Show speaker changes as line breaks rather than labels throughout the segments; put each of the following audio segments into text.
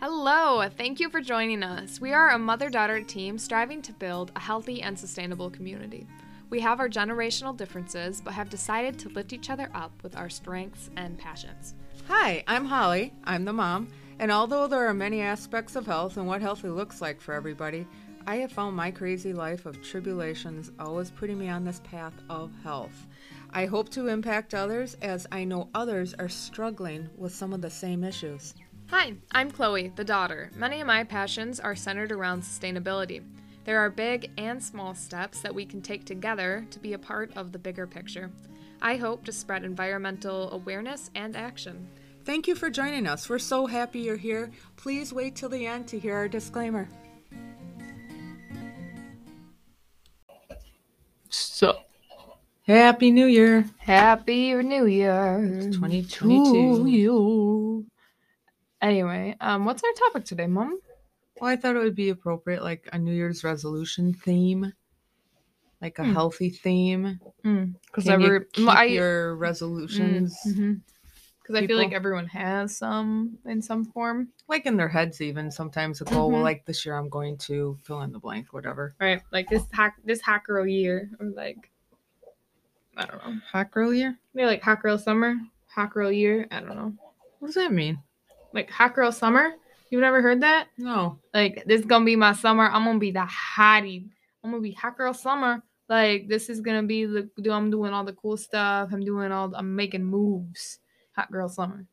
Hello, thank you for joining us. We are a mother daughter team striving to build a healthy and sustainable community. We have our generational differences, but have decided to lift each other up with our strengths and passions.
Hi, I'm Holly. I'm the mom. And although there are many aspects of health and what healthy looks like for everybody, I have found my crazy life of tribulations always putting me on this path of health. I hope to impact others as I know others are struggling with some of the same issues.
Hi, I'm Chloe, the daughter. Many of my passions are centered around sustainability. There are big and small steps that we can take together to be a part of the bigger picture. I hope to spread environmental awareness and action.
Thank you for joining us. We're so happy you're here. Please wait till the end to hear our disclaimer.
So
Happy New Year
Happy New Year
2022.
you.
Anyway, um, what's our topic today, Mom?
Well, I thought it would be appropriate, like a New Year's resolution theme, like a
Hmm.
healthy theme.
Because
Hmm. Can you
every
keep
I Mm-hmm.
your resolutions
Because I feel like
people?
everyone has some in some form,
like in their heads even sometimes a goal well
Mhm.
like this year i'm going to fill in the blank whatever
right? Like this hack, this hack girl year, or like I don't know,
hot girl year
maybe like hot girl summer, hot girl year. I don't know,
what does that mean
like hot girl summer. You've never heard that?
no
Like this gonna be my summer. I'm gonna be the hottie. I'm gonna be hot girl summer. Like this is gonna be the do- I'm doing all the cool stuff. I'm doing all I'm making moves. Hot girl summer.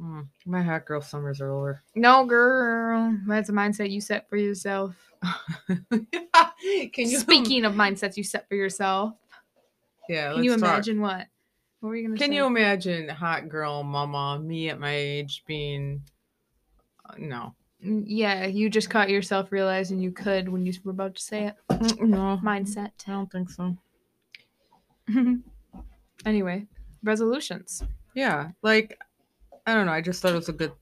Mm, my hot girl summers are over
No, girl, that's a mindset you set for yourself.
can you
Speaking of mindsets you set for yourself,
yeah
can
let's
you
talk.
imagine what? What were you gonna?
can
say?
you imagine hot girl mama me at my age being uh, no
Mm, Yeah, you just caught yourself realizing you could when you were about to say it.
Mm, no
Mindset.
i don't think so
anyway, resolutions.
yeah like i don't know i just thought it was a good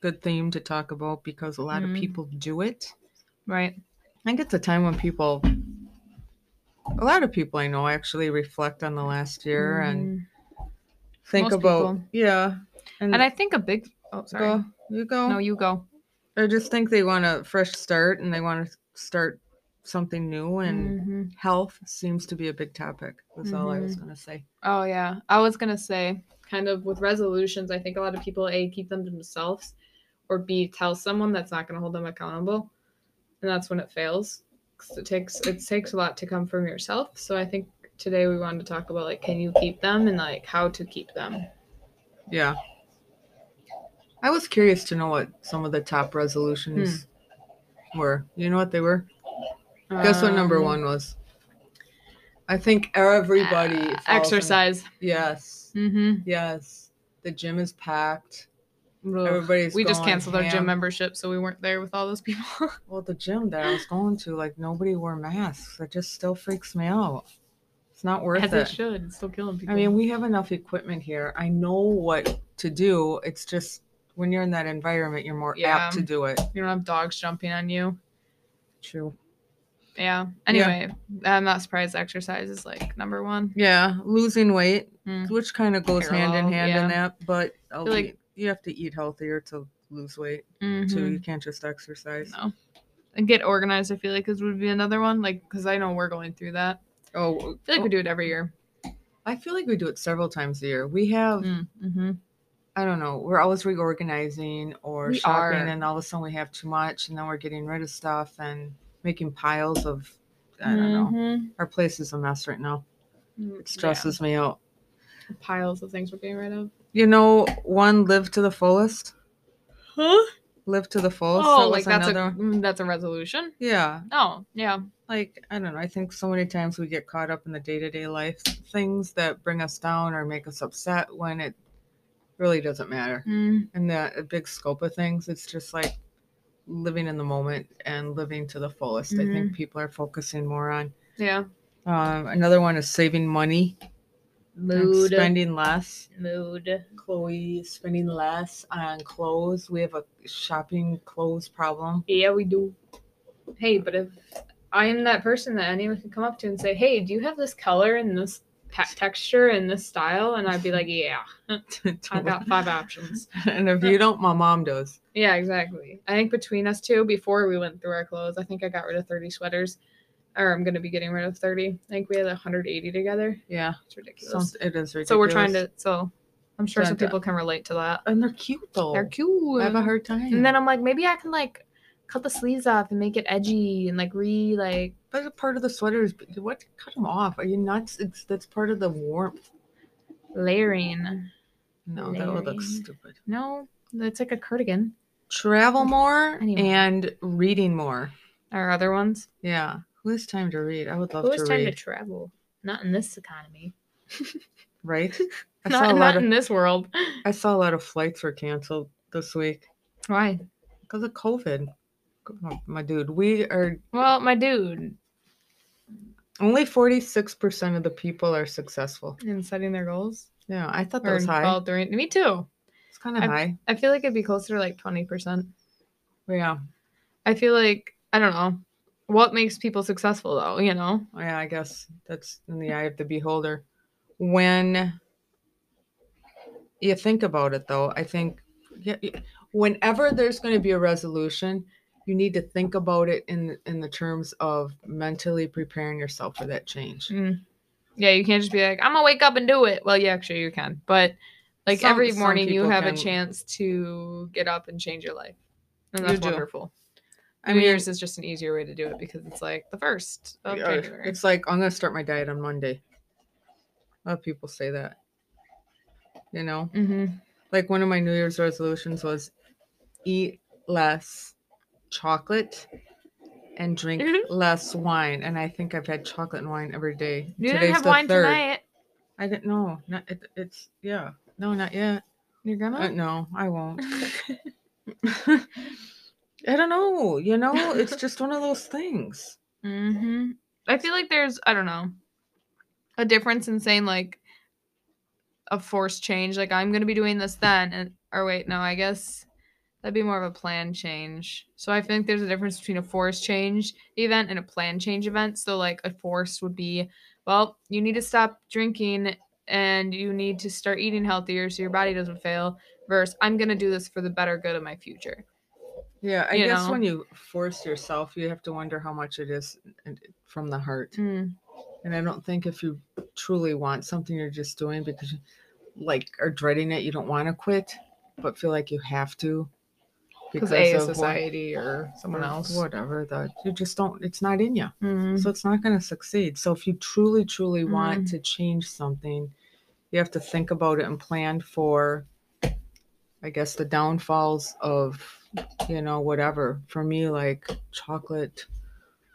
good theme to talk about because a lot
Mhm.
of people do it
Right.
I think it's a time when people, a lot of people I know actually reflect on the last year and
Mm.
think
most
about,
people.
yeah.
And I think a big. Oh, sorry.
go, you go.
No, you go.
I just think they want a fresh start and they want to start something new, and
Mhm.
health seems to be a big topic. That's all I was going to say.
Oh yeah, I was gonna say kind of with resolutions. I think a lot of people a keep them to themselves, or b tell someone that's not gonna hold them accountable, and that's when it fails. 'Cause it takes it takes a lot to come from yourself. So I think today we wanted to talk about like can you keep them and like how to keep them.
Yeah. I was curious to know what some of the top resolutions were. You know what they were? Guess what number
Hmm. Um,
one was? I think everybody
uh,
falls in-
exercise.
Yes.
Mm-hmm.
Yes. The gym is packed. Everybody's
We just
going
canceled our
ham.
gym membership, so we weren't there with all those people.
Well, the gym that I was going to, like nobody wore masks. It just still freaks me out. It's not worth
As
it.
it should, it's still killing people.
I mean, we have enough equipment here. I know what to do. It's just when you're in that environment, you're more
Yeah.
apt to do it.
you don't have dogs jumping on you.
True.
Yeah. Anyway, I'm not surprised exercise is like number one.
Yeah, losing weight,
Mm.
which kind of goes hand in
Parallel,
hand in that, but I'll
feel like-
be- you have to eat healthier to lose weight too.
Mhm.
You can't just exercise.
No. And get organized, I feel like, is would be another one. Like, because I know we're going through that.
Oh,
I feel like we do it every year.
I feel like we do it several times a year. We have,
Mm-hmm.
I don't know, we're always reorganizing or
We
shopping,
are.
and all of a sudden we have too much, and then we're getting rid of stuff and making piles of, I don't know.
Mm-hmm.
Our place is a mess right now.
know.
It stresses me out.
Piles of things we're getting rid of.
You know, one live to the fullest,
Huh?
live to the fullest.
Oh,
that
like
was
that's
another.
a mm, that's a resolution.
Yeah,
Oh, yeah.
like I don't know. I think so many times we get caught up in the day to day life things that bring us down or make us upset when it really doesn't matter.
Mm.
in the big scope of things, it's just like living in the moment and living to the fullest. I think people are focusing more on.
Yeah.
Um, another one is saving money, and spending less.
Mood.
Chloe spending less on clothes. We have a shopping clothes problem.
Yeah, we do. Hey, but if I am that person that anyone can come up to and say, "Hey, do you have this color and this pa- texture and this style, and I'd be like, yeah, I've got five options.
and if you don't, my mom does.
Yeah, exactly. I think between us two, before we went through our clothes, I think I got rid of 30 sweaters, or I'm gonna be getting rid of 30. I think we had 180 together.
Yeah,
It's ridiculous.
sounds, it is ridiculous.
So we're trying to. So I'm sure some
Dun, dun.
people can relate to that.
and they're cute though.
They're cute.
Oh, I have a hard time.
And then I'm like, maybe I can like cut the sleeves off and make it edgy and like re like
that's a part of the sweaters. But you- what? Cut them off. Are you nuts? It's, that's part of the warmth.
layering.
No, that would look
Layering.
stupid.
No, it's like a cardigan.
Travel more
Anyway.
and reading more.
Or other ones.
Yeah. Who has time to read? I would love
Who has
to
time
read.
to travel? Not in this economy.
right? I saw
Not,
a lot
not
of
in this world.
I saw a lot of flights were canceled this week
Why?
because of COVID. Oh, My dude, we are
Well, my dude,
only 46% of the people are successful.
in setting their goals.
Yeah, I thought that
Or
was
in
high.
fall during me too.
it's kind of
I've-
high.
I feel like it'd be closer to like twenty percent.
Yeah.
I feel like I don't know. What makes people successful though, you know?
Yeah, I guess that's in the eye of the beholder. When you think about it, though, I think yeah, y- whenever there's going to be a resolution, you need to think about it in in the terms of mentally preparing yourself for that change.
Mm. Yeah, you can't just be like, I'm gonna wake up and do it. Well, yeah, sure you can. But like
Some-
every
some
morning you
people
have
can.
a chance to get up and change your life. And
You
that's
do.
wonderful.
I
New
mean,
Year's is just an easier way to do it because it's like the first of
Yeah,
January.
It's like I'm gonna start my diet on Monday. A lot of people say that. You know,
hmm
like one of my New Year's resolutions was eat less chocolate and drink
Mhm.
less wine. And I think I've had chocolate and wine every day.
You didn't have wine tonight.
I didn't know. Not it, it's yeah. No, not yet.
Your grandma?
Uh, no, I won't. I don't know. You know, it's just one of those things.
hmm I feel like there's, I don't know, a difference in saying like a forced change, like I'm gonna be doing this then, and or wait, no, I guess that'd be more of a plan change. So I think there's a difference between a forced change event and a plan change event. So like a forced would be, well, you need to stop drinking and you need to start eating healthier so your body doesn't fail. Versus, I'm gonna do this for the better good of my future.
Yeah, I
you
guess
know?
when you force yourself, you have to wonder how much it is and- from the heart.
Mm.
And I don't think if you truly want something, you're just doing because you like are dreading it, you don't want to quit, but feel like you have to
Because a
of
is
what-
society or someone
or
else.
whatever. That you just don't. It's not in you,
Mhm.
so it's not going to succeed. So if you truly, truly
Mm-hmm.
want to change something, you have to think about it and plan for. I guess the downfalls of you know whatever for me like chocolate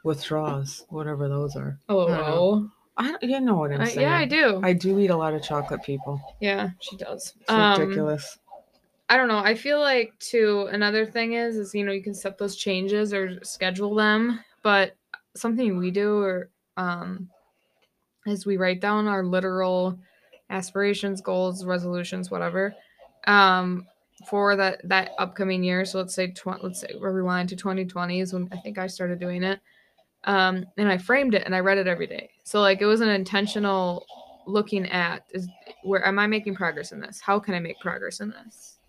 withdrawals whatever those are
Oh,
I don't know.
oh.
I don't- you know what I'm
I-
saying
yeah, I do.
I do eat a lot of chocolate, people.
yeah, she does.
It's
Um,
ridiculous.
I don't know. I feel like too. Another thing is, is you know, you can set those changes or schedule them, but something we do or um, is we write down our literal aspirations, goals, resolutions, whatever, um, for that that upcoming year. So let's say tw- let's say we rewind to 2020 is when I think I started doing it, um, and I framed it and I read it every day. So like it was an intentional looking at is where am I making progress in this? How can I make progress in this?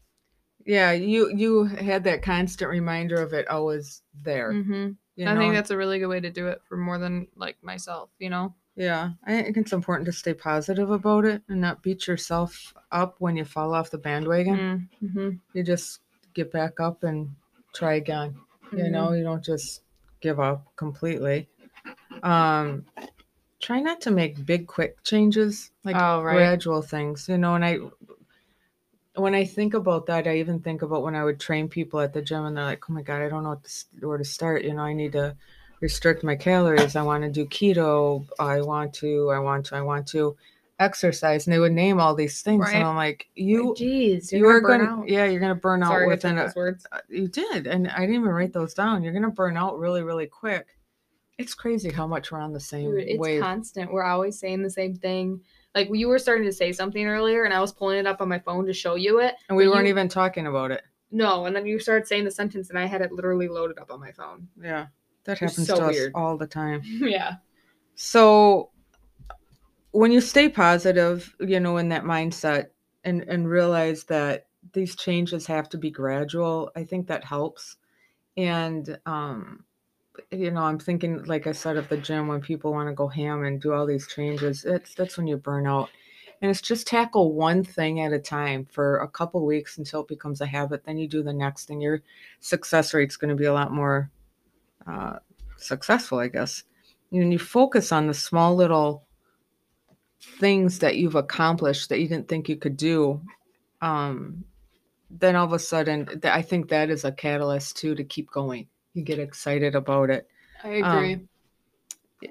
Yeah, you you had that constant reminder of it always there.
hmm
you
I think
know?
that's a really good way to do it for more than like myself, you know?
yeah. I think it's important to stay positive about it and not beat yourself up when you fall off the bandwagon.
Mm-hmm.
You just get back up and try again. You know,
Mm-hmm.
you don't just give up completely. Um, try not to make big quick changes like
oh, right.
gradual things you know and i when i think about that i even think about when i would train people at the gym and they're like oh my god i don't know what to, s- where to start you know i need to restrict my calories i want to do keto i want to i want to i want to exercise and they would name all these things
Right.
and i'm like you
Jeez,
you are going
burn out.
to yeah you're going to burn out
Sorry, I took
within a,
those words.
uh, you did and i didn't even write those down you're going to burn out really really quick it's crazy how much we're on the same
Dude, it's
wave
constant. We're always saying the same thing. Like you were starting to say something earlier, and I was pulling it up on my phone to show you it.
and we
but
weren't
you-
even talking about it
No, and then you started saying the sentence, and I had it literally loaded up on my phone.
Yeah, that
It's
happens
so
to
weird.
us all the time.
yeah.
So when you stay positive, you know, in that mindset and and realize that these changes have to be gradual, I think that helps. And um you know, I'm thinking like I said of the gym when people want to go ham and do all these changes, it's that's when you burn out. And it's just tackle one thing at a time for a couple weeks until it becomes a habit. Then you do the next thing. Your success rate's going to be a lot more uh, successful, I guess. And you focus on the small little things that you've accomplished that you didn't think you could do, um, then all of a sudden, th- I think that is a catalyst too to keep going. You get excited about it
I
Um,
agree.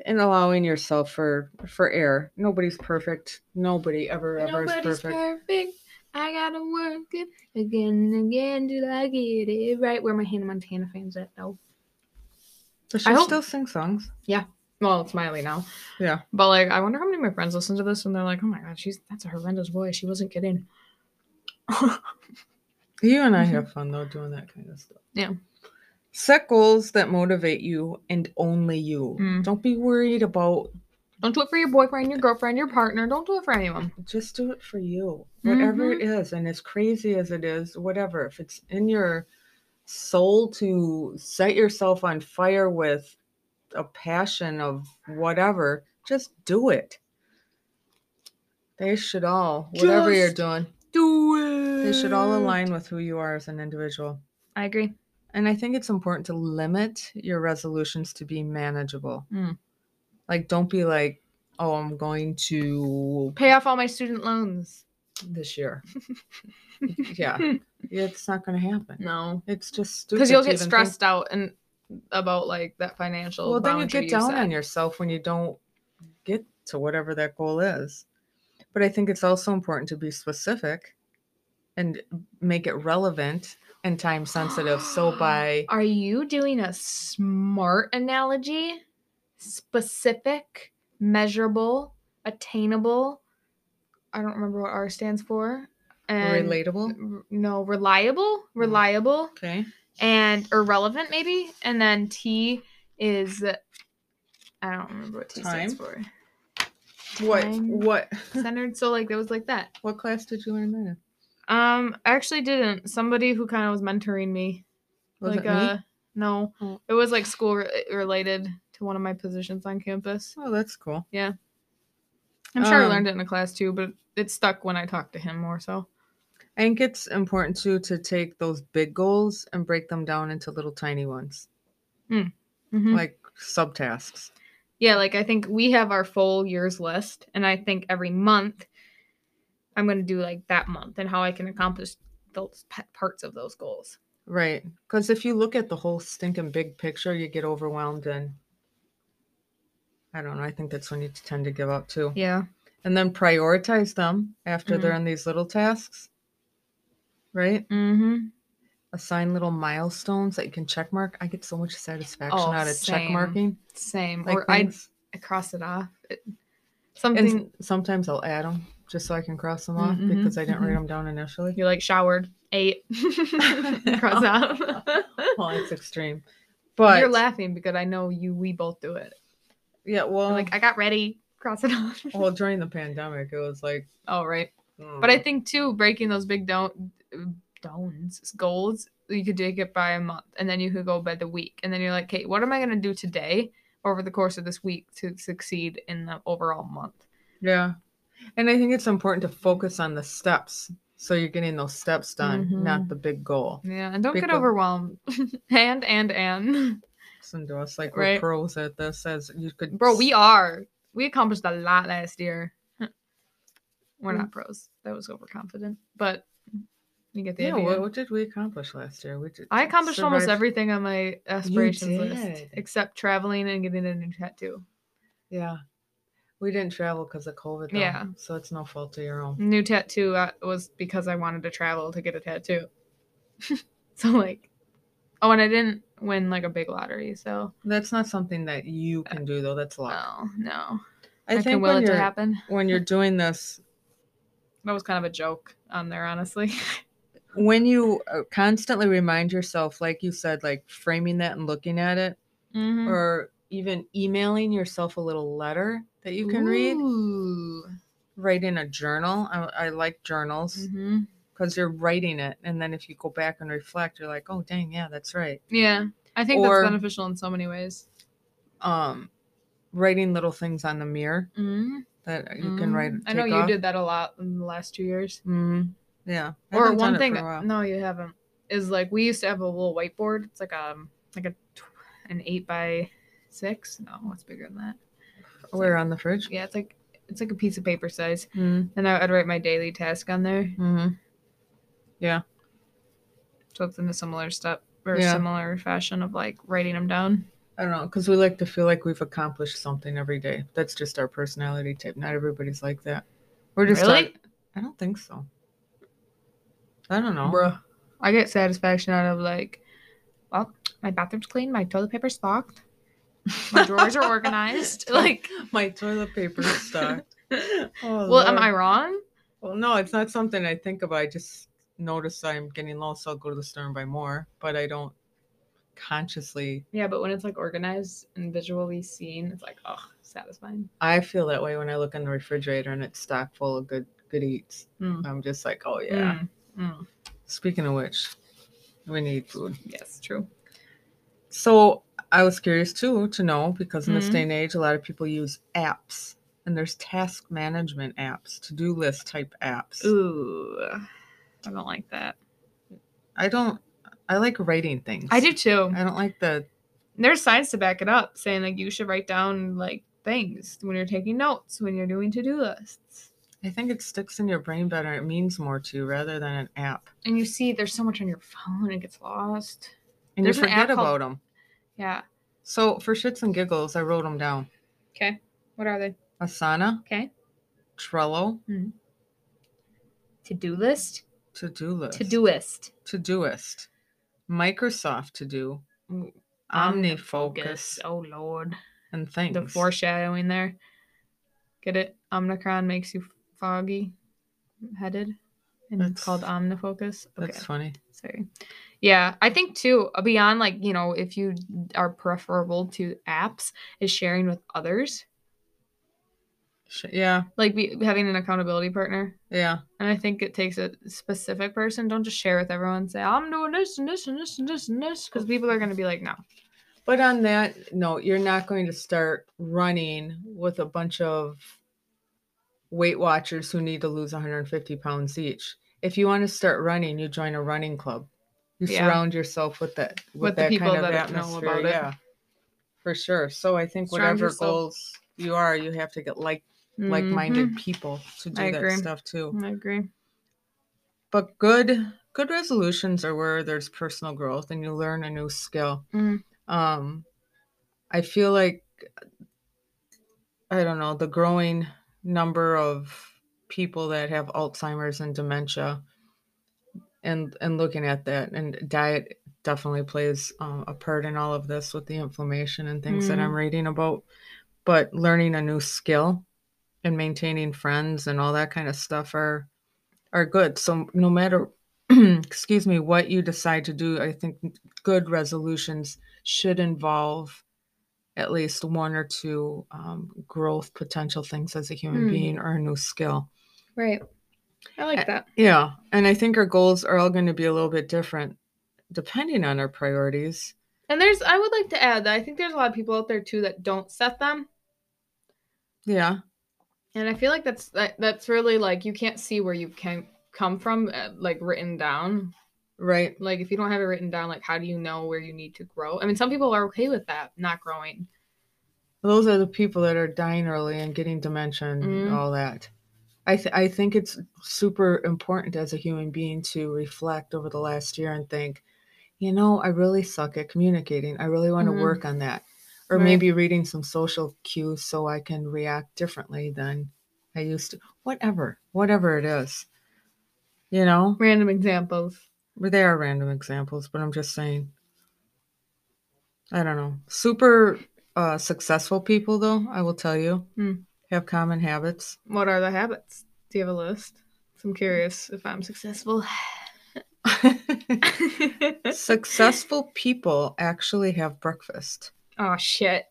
and allowing yourself for for error. Nobody's perfect. Nobody ever ever is
Nobody's
perfect.
perfect. I gotta work it again and again till I get it right. Where my Hannah Montana fans at though.
But she
I hope-
still sings songs.
Well, it's Miley now.
Yeah.
But like, I wonder how many of my friends listen to this and they're like, "Oh my god, she's that's a horrendous voice. She wasn't kidding."
You and I
Mhm.
have fun though doing that kind of stuff.
Yeah.
Set goals that motivate you and only you.
Mm.
Don't be worried about
Don't do it for your boyfriend, your girlfriend, your partner. Don't do it for anyone.
just do it for you whatever it
Mm-hmm.
is and as crazy as it is whatever if it's in your soul to set yourself on fire with a passion of whatever just do it they should all whatever you're
Just
doing
Do it.
they should all align with who you are as an individual
I agree.
and i think it's important to limit your resolutions to be manageable
Mm.
like don't be like oh i'm going to
Pay off all my student loans.
this year. yeah. It's not going to happen.
No,
It's just stupid.
because Mm. you'll
to
get
even think-
stressed out and about like that financial.
Well, then you
boundary
get down
set.
on yourself when you don't get to whatever that goal is. But I think it's also important to be specific and make it relevant and time sensitive. so by
Are you doing a smart analogy? Specific, measurable, attainable. I don't remember what R stands for. And
relatable.
r- no,
Mm.
reliable, reliable,
Okay.
and irrelevant maybe. And then T is I don't remember what T stands
Time.
for.
What
Time.
what
Centered. So like that was like that.
what class did you learn that? in?
Um, I actually didn't. Somebody who kind of was mentoring me
Was
like
it
uh
me?
no
Oh.
it was like school re- related to one of my positions on campus
Oh, that's cool.
i'm sure i
Um.
learned it in a class too but it stuck when i talked to him more so
I think it's important too to take those big goals and break them down into little tiny ones,
Mhm.
like subtasks.
yeah like i think we have our full year's list and i think every month i'm going to do like that month and how i can accomplish those pa- parts of those goals
Right. Because if you look at the whole stinking big picture, you get overwhelmed and I don't know. I think that's when you tend to give up too.
yeah
And then prioritize them after they're in these little tasks. Right?
mm-hmm
Assign little milestones that you can check mark. I get so much satisfaction
Oh,
out of check
same.
marking.
same
Like
or I,
things.
I cross it off it,
and
something
s- sometimes I'll add them just so I can cross them off
Mm, mhm,
because I didn't
mhm.
write them down initially.
you're like showered eight cross off
Well, it's extreme. But
You're laughing because I know you. We both do it.
yeah, well,
You're like I got ready, cross it off.
well, during the pandemic, it was like,
oh right. But I
mm,
think too, breaking those big don't don'ts goals, you could take it by a month, and then you could go by the week, and then you're like, okay, what am I gonna do today over the course of this week to succeed in the overall month?
Yeah. And I think it's important to focus on the steps. So you're getting those steps done,
Mm-hmm.
not the big goal.
Yeah, and don't
Big
get
goal.
overwhelmed. and and and,
Listen to us like we're
Right.
pros at this as you could
bro, we are. We accomplished a lot last year. We're
Mm.
not pros. That was overconfident, but you get the
Yeah,
idea.
what, what did we accomplish last year? We did,
I accomplished almost
survived-
everything on my aspirations list
did.
except traveling and getting a new tattoo.
Yeah. We didn't travel because of COVID though.
Yeah.
So it's no fault of your own.
New tattoo uh, was because I wanted to travel to get a tattoo. so like, oh, and I didn't win like a big lottery, so
That's not something that you can do though. That's luck.
Uh, no, no.
I, think
can will
when
it to
you're
happen.
when you're doing this
That was kind of a joke on there, honestly.
when you uh, constantly remind yourself, like you said, like framing that and looking at it,
Mhm.
or even emailing yourself a little letter that you can read.
Ooh.
Write in a journal. I, I like journals
Mhm.
because you're writing it, and then if you go back and reflect, you're like, oh dang, yeah, that's right.
Yeah, I think
Or-
that's beneficial in so many ways.
Um, writing little things on the mirror
Mhm.
that you can write.
Mhm. I know
take
you
off.
did that a lot in the last two years.
Mhm. Yeah. I
or
haven't done
one
it for
thing.
a while.
No, you haven't. Is like we used to have a little whiteboard. It's like um like a tw- an eight by six. No, what's bigger than that?
Where Oh, on the fridge?
Yeah, it's like it's like a piece of paper size.
Mm-hmm.
And I would write my daily task on there. So it's in a similar step or
Yeah.
similar fashion of like writing them down.
I don't know, because we like to feel like we've accomplished something every day. That's just our personality type. Not everybody's like that. We're just
Really?
like- I don't think so. I don't know.
Bruh. I get satisfaction out of like, well, my bathroom's clean, my toilet paper's stocked, my drawers are organized. Like,
My toilet paper is stocked.
well,
Oh,
am
Lord.
I wrong?
Well, no, it's not something I think about. I just notice I'm getting low, so I'll go to the store and buy more. But I don't consciously.
Yeah, but when it's like organized and visually seen, it's like, oh, satisfying.
I feel that way when I look in the refrigerator and it's stocked full of good good eats.
Mm.
I'm just like, oh yeah.
Mm, mm.
Speaking of which, we need food.
Yes, true.
So I was curious too to know because in this
Mhm.
day and age, a lot of people use apps, and there's task management apps, to do list type apps.
Ooh, I don't like that.
I don't. I like writing things.
I do too.
I don't like the.
there's science to back it up saying like you should write down like things when you're taking notes when you're doing to-do lists
I think it sticks in your brain better. It means more to you rather than an app,
and you see there's so much on your phone it gets lost
and
There's
you
an app
forget about
called-
them.
yeah
So for shits and giggles, I wrote them down.
okay what are they
Asana,
okay
Trello,
to-do list
to do list,
to-doist
to doist, Microsoft to do,
Ooh,
OmniFocus,
oh lord
and things.
the foreshadowing there get it omnicron makes you foggy headed and it's called omnifocus
That's funny.
Sorry. Yeah, I think too, uh, beyond like, you know, if you are preferable to apps, is sharing with others,
Sh- Yeah,
like be, having an accountability partner.
yeah.
And I think it takes a specific person. Don't just share with everyone. Say, I'm doing this and this and this and this and this. Because people are going to be like, no.
But on that note, you're not going to start running with a bunch of Weight Watchers who need to lose 150 pounds each. If you want to start running, you join a running club. You
Yeah.
surround yourself with that with,
With the
that
people
kind of
that know
atmosphere.
about it.
yeah, for sure. So I think
Surround
whatever
yourself-
goals you are, you have to get like like-minded people to do
Mm-hmm. I
that
agree.
stuff too.
Mhm. I agree.
But good good resolutions are where there's personal growth and you learn a new skill
Mm.
um i feel like i don't know the growing number of people that have alzheimer's and dementia and and looking at that and diet definitely plays um, a part in all of this with the inflammation and things that
Mhm.
i'm reading about but learning a new skill and maintaining friends and all that kind of stuff are are good so no matter excuse me what you decide to do i think good resolutions should involve at least one or two um, growth potential things as a human
Hmm.
being or a new skill.
Right. I like that.
Yeah. And I think our goals are all going to be a little bit different depending on our priorities.
And there's, I would like to add that I think there's a lot of people out there too that don't set them.
Yeah.
and i feel like that's that, that's really like you can't see where you can come from uh, like written down
Right.
like if you don't have it written down like how do you know where you need to grow i mean some people are okay with that not growing
Those are the people that are dying early and getting dementia and
Mm.
all that. I, th- I think it's super important as a human being to reflect over the last year and think, you know, I really suck at communicating. I really want to
Mhm.
work on that. Or
Right.
maybe reading some social cues so I can react differently than I used to. Whatever, whatever it is. You know,
random examples
Well, they are random examples, but I'm just saying. I don't know. Super uh, successful people, though, I will tell you,
Hmm.
have common habits.
what are the habits do you have a list 'Cause i'm curious if i'm successful
successful people actually have breakfast.
oh shit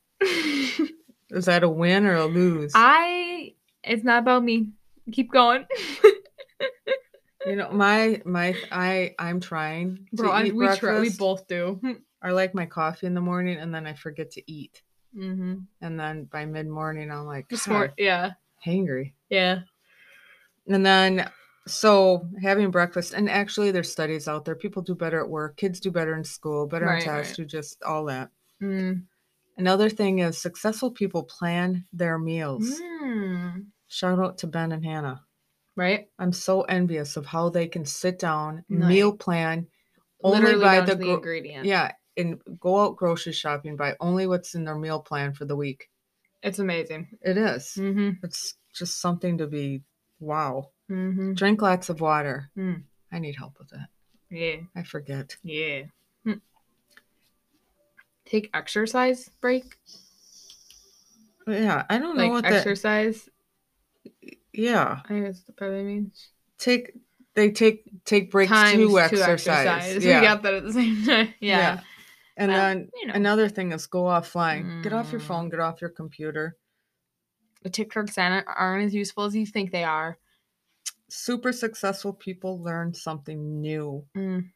Is that a win or a lose?
I. It's not about me. Keep going,
you know, my my I I'm trying to
bro. I,
eat
we
breakfast. Hmm.
try, we both do.
I like my coffee in the morning, and then I forget to eat,
mm-hmm.
and then by mid morning I'm like
Just
"God,
more. Yeah.
hangry.
Yeah.
And then, so having breakfast, and actually, there's studies out there. People do better at work, kids do better in school, better on
Right,
tests, do just all that.
Mm.
Another thing is successful people plan their meals.
Mm.
Shout out to Ben and Hannah.
Right.
I'm so envious of how they can sit down,
Right.
meal plan, only
Literally
by
down
the
to the
gro-
ingredient.
yeah, and go out grocery shopping by only what's in their meal plan for the week.
It's amazing.
It is.
Mm-hmm.
It's just something to be wow.
Mm-hmm.
Drink lots of water.
Mm.
I need help with that.
Yeah.
I forget.
Yeah. Hmm. Take exercise break.
Yeah, I don't know
Like
what
exercise.
that. Yeah,
I guess that probably means
take they take take breaks
times
to exercise.
Yeah.
Yeah.
We got that at the same time. Yeah.
and
Um,
then
you know.
another thing is go offline. Get off your
Mm.
phone. Get off your computer.
The TikToks aren't, aren't as useful as you think they are.
Super successful people learn something new.
Mm.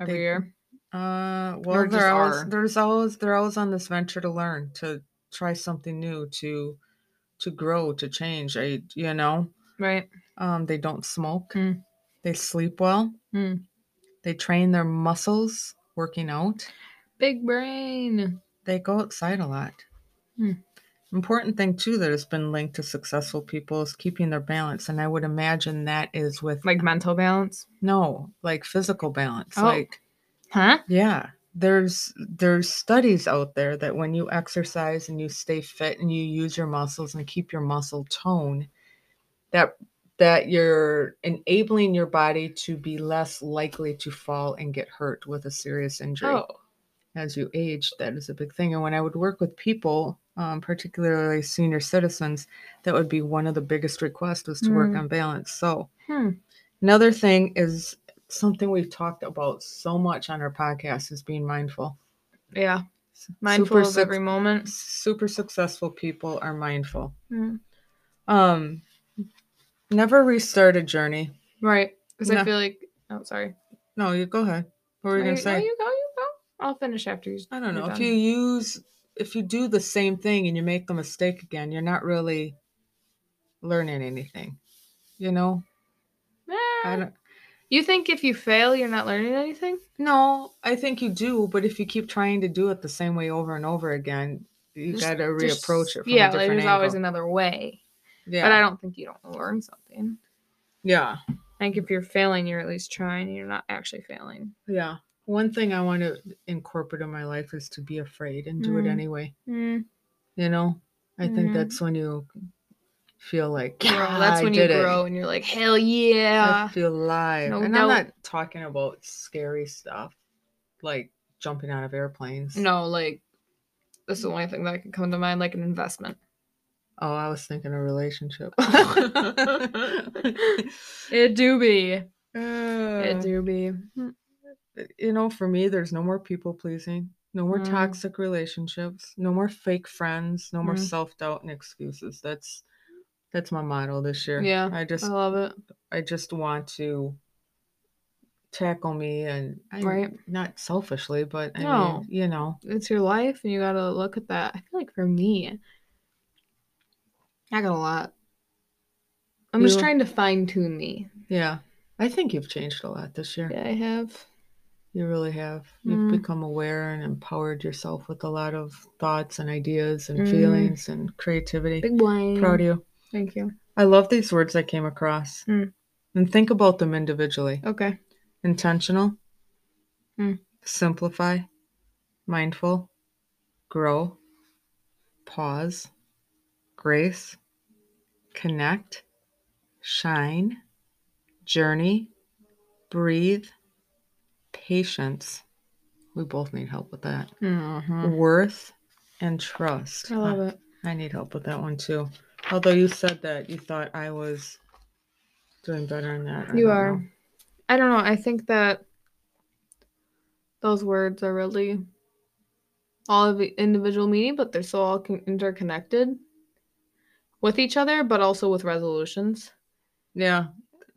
Every
They-
year.
Uh,
Or
well,
just
they're always
are.
there's always they're always on this venture to learn, to try something new, to to grow, to change. I you know,
Right.
um, they don't smoke.
Mm.
They sleep well.
Mm.
They train their muscles working out.
Big brain.
they go outside a lot.
Hmm.
Important thing too that has been linked to successful people is keeping their balance, and I would imagine that is with
Like mental balance.
no, like physical balance.
Oh.
Like
Huh?
yeah, there's there's studies out there that when you exercise and you stay fit and you use your muscles and keep your muscle tone, that that you're enabling your body to be less likely to fall and get hurt with a serious injury
Oh.
as you age, that is a big thing. And when I would work with people, um, particularly senior citizens, that would be one of the biggest requests was to work
Mm.
on balance. So
Hmm.
another thing is something we've talked about so much on our podcast is being mindful.
Yeah. Mindful
super
of
suc-
every moment.
super successful people are mindful.
Mm.
Um, never restart a journey.
Right. Because I
No.
feel like. Oh, sorry.
No, you go ahead. What were you
No,
gonna
you- no,
say?
you go. You go. I'll finish after you.
I don't
you're
know. If
done.
you use, if you do the same thing and you make the mistake again, you're not really learning anything. You know, I
Eh.
don't.
You think if you fail, you're not learning anything?
No, I think you do, but if you keep trying to do it the same way over and over again, you
There's-
got to
There's-
reapproach it from
yeah,
a
like,
different
there's
angle.
always another way.
yeah,
But I don't think you don't learn something.
yeah,
I think if you're failing, you're at least trying. and You're not actually failing.
yeah. One thing I want to incorporate in my life is to be afraid and do it
Mm.
anyway.
Mm,
You know, I think
Mhm.
that's when you feel like
grow.
yeah,
That's
I
when you
did it."
grow and you're like, hell
I
yeah.
feel alive.
No
and
doubt.
I'm not talking about scary stuff like jumping out of airplanes.
No, like, this is the only thing that can come to mind, like an investment.
Oh, I was thinking a relationship.
It do be. It
Uh,
do be.
you know, for me, there's no more people pleasing, no more
Mm.
toxic relationships, no more fake friends, no more
Mm.
self doubt and excuses. That's that's my motto this year.
Yeah,
I just
I love it.
I just want to tackle me and I,
Right.
not selfishly, but I
No.
mean, you know.
It's your life and you gotta look at that. I feel like for me, I got a lot. I'm just
You-
trying to fine tune me.
Yeah. I think you've changed a lot this year.
Yeah, I have.
You really have.
Mm.
You've become aware and empowered yourself with a lot of thoughts and ideas and
Mm.
feelings and creativity.
Big blind.
Proud of you.
Thank you.
I love these words I came across.
Mm.
And think about them individually
Okay.
intentional,
Mm.
simplify, mindful, grow, pause, grace, connect, shine, journey, breathe, patience. We both need help with that.
Mm-hmm.
Worth and trust.
I love it.
I need help with that one too. Although you said that you thought I was doing better in that. I
You
don't
are.
know.
I don't know. I think that those words are really all of the individual meaning, but they're so all con- interconnected with each other, but also with resolutions
Yeah,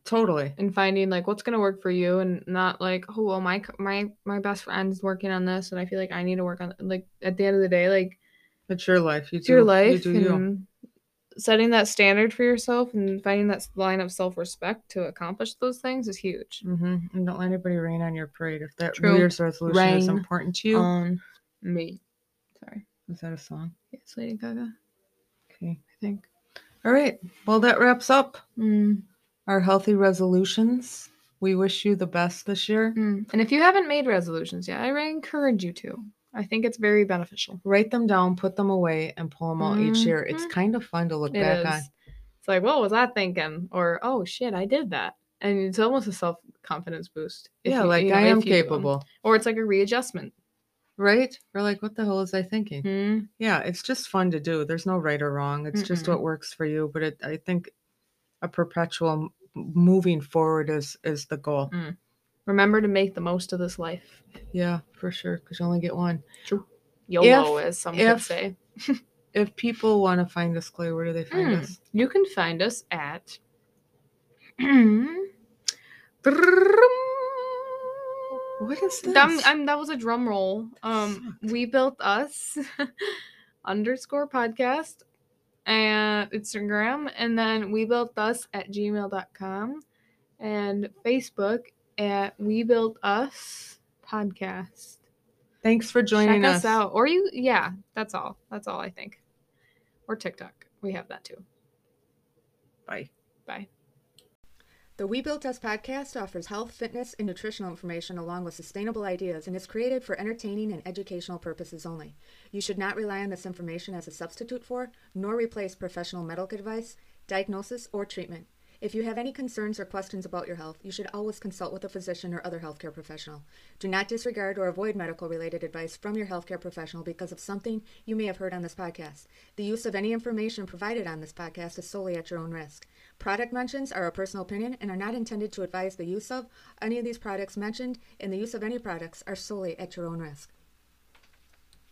totally.
and finding like what's gonna work for you, and not like oh well my c- my my best friend's working on this, and I feel like I need to work on like at the end of the day like
It's your life. You
it's
do
your life
You do you.
and setting that standard for yourself and finding that s- line of self respect to accomplish those things is huge.
hmm And don't let anybody rain on your parade. If that
True.
New Year's resolution is
Rain Um,
important to you,
On me, sorry,
is that a song?
it's Lady Gaga,
Okay.
I think.
All right. Well, that wraps up
Mm.
our healthy resolutions. We wish you the best this year.
Mm. And if you haven't made resolutions yet, I really encourage you to. I think it's very beneficial.
Write them down, put them away, and pull them out each year. It's
Mhm.
kind of fun to look
It
back
is.
on.
It's like, what was I thinking? Or, oh shit, I did that. And it's almost a self confidence boost. if
yeah,
you-
like
you know,
I am
if you do 'em.
capable,
Or it's like a readjustment.
right? We're like, what the hell is I thinking?
Mm.
Yeah, it's just fun to do. There's no right or wrong. It's just
Mm-mm.
what works for you. But it, I think a perpetual m- moving forward is is the goal.
Mm. Remember to make the most of this life.
Yeah, for sure. Because you only get one.
YOLO, as some could
if-
say.
If people want to find us, Clay, where do they find
Mm.
us?
You can find us at.
What is this?
Dum, um, that was a drum roll. Um,
sucked.
we built us underscore podcast and Instagram, and then we built us at gmail.com and Facebook at we built us podcast.
Thanks for joining
Check us. out, or you, yeah, that's all. That's all I think. Or TikTok, we have that too.
Bye.
Bye.
The We Built Us podcast offers health, fitness, and nutritional information along with sustainable ideas and is created for entertaining and educational purposes only. You should not rely on this information as a substitute for, nor replace professional medical advice, diagnosis, or treatment. If you have any concerns or questions about your health, you should always consult with a physician or other healthcare professional. Do not disregard or avoid medical related advice from your healthcare professional because of something you may have heard on this podcast. The use of any information provided on this podcast is solely at your own risk. Product mentions are a personal opinion and are not intended to advise the use of any of these products mentioned, and the use of any products are solely at your own risk.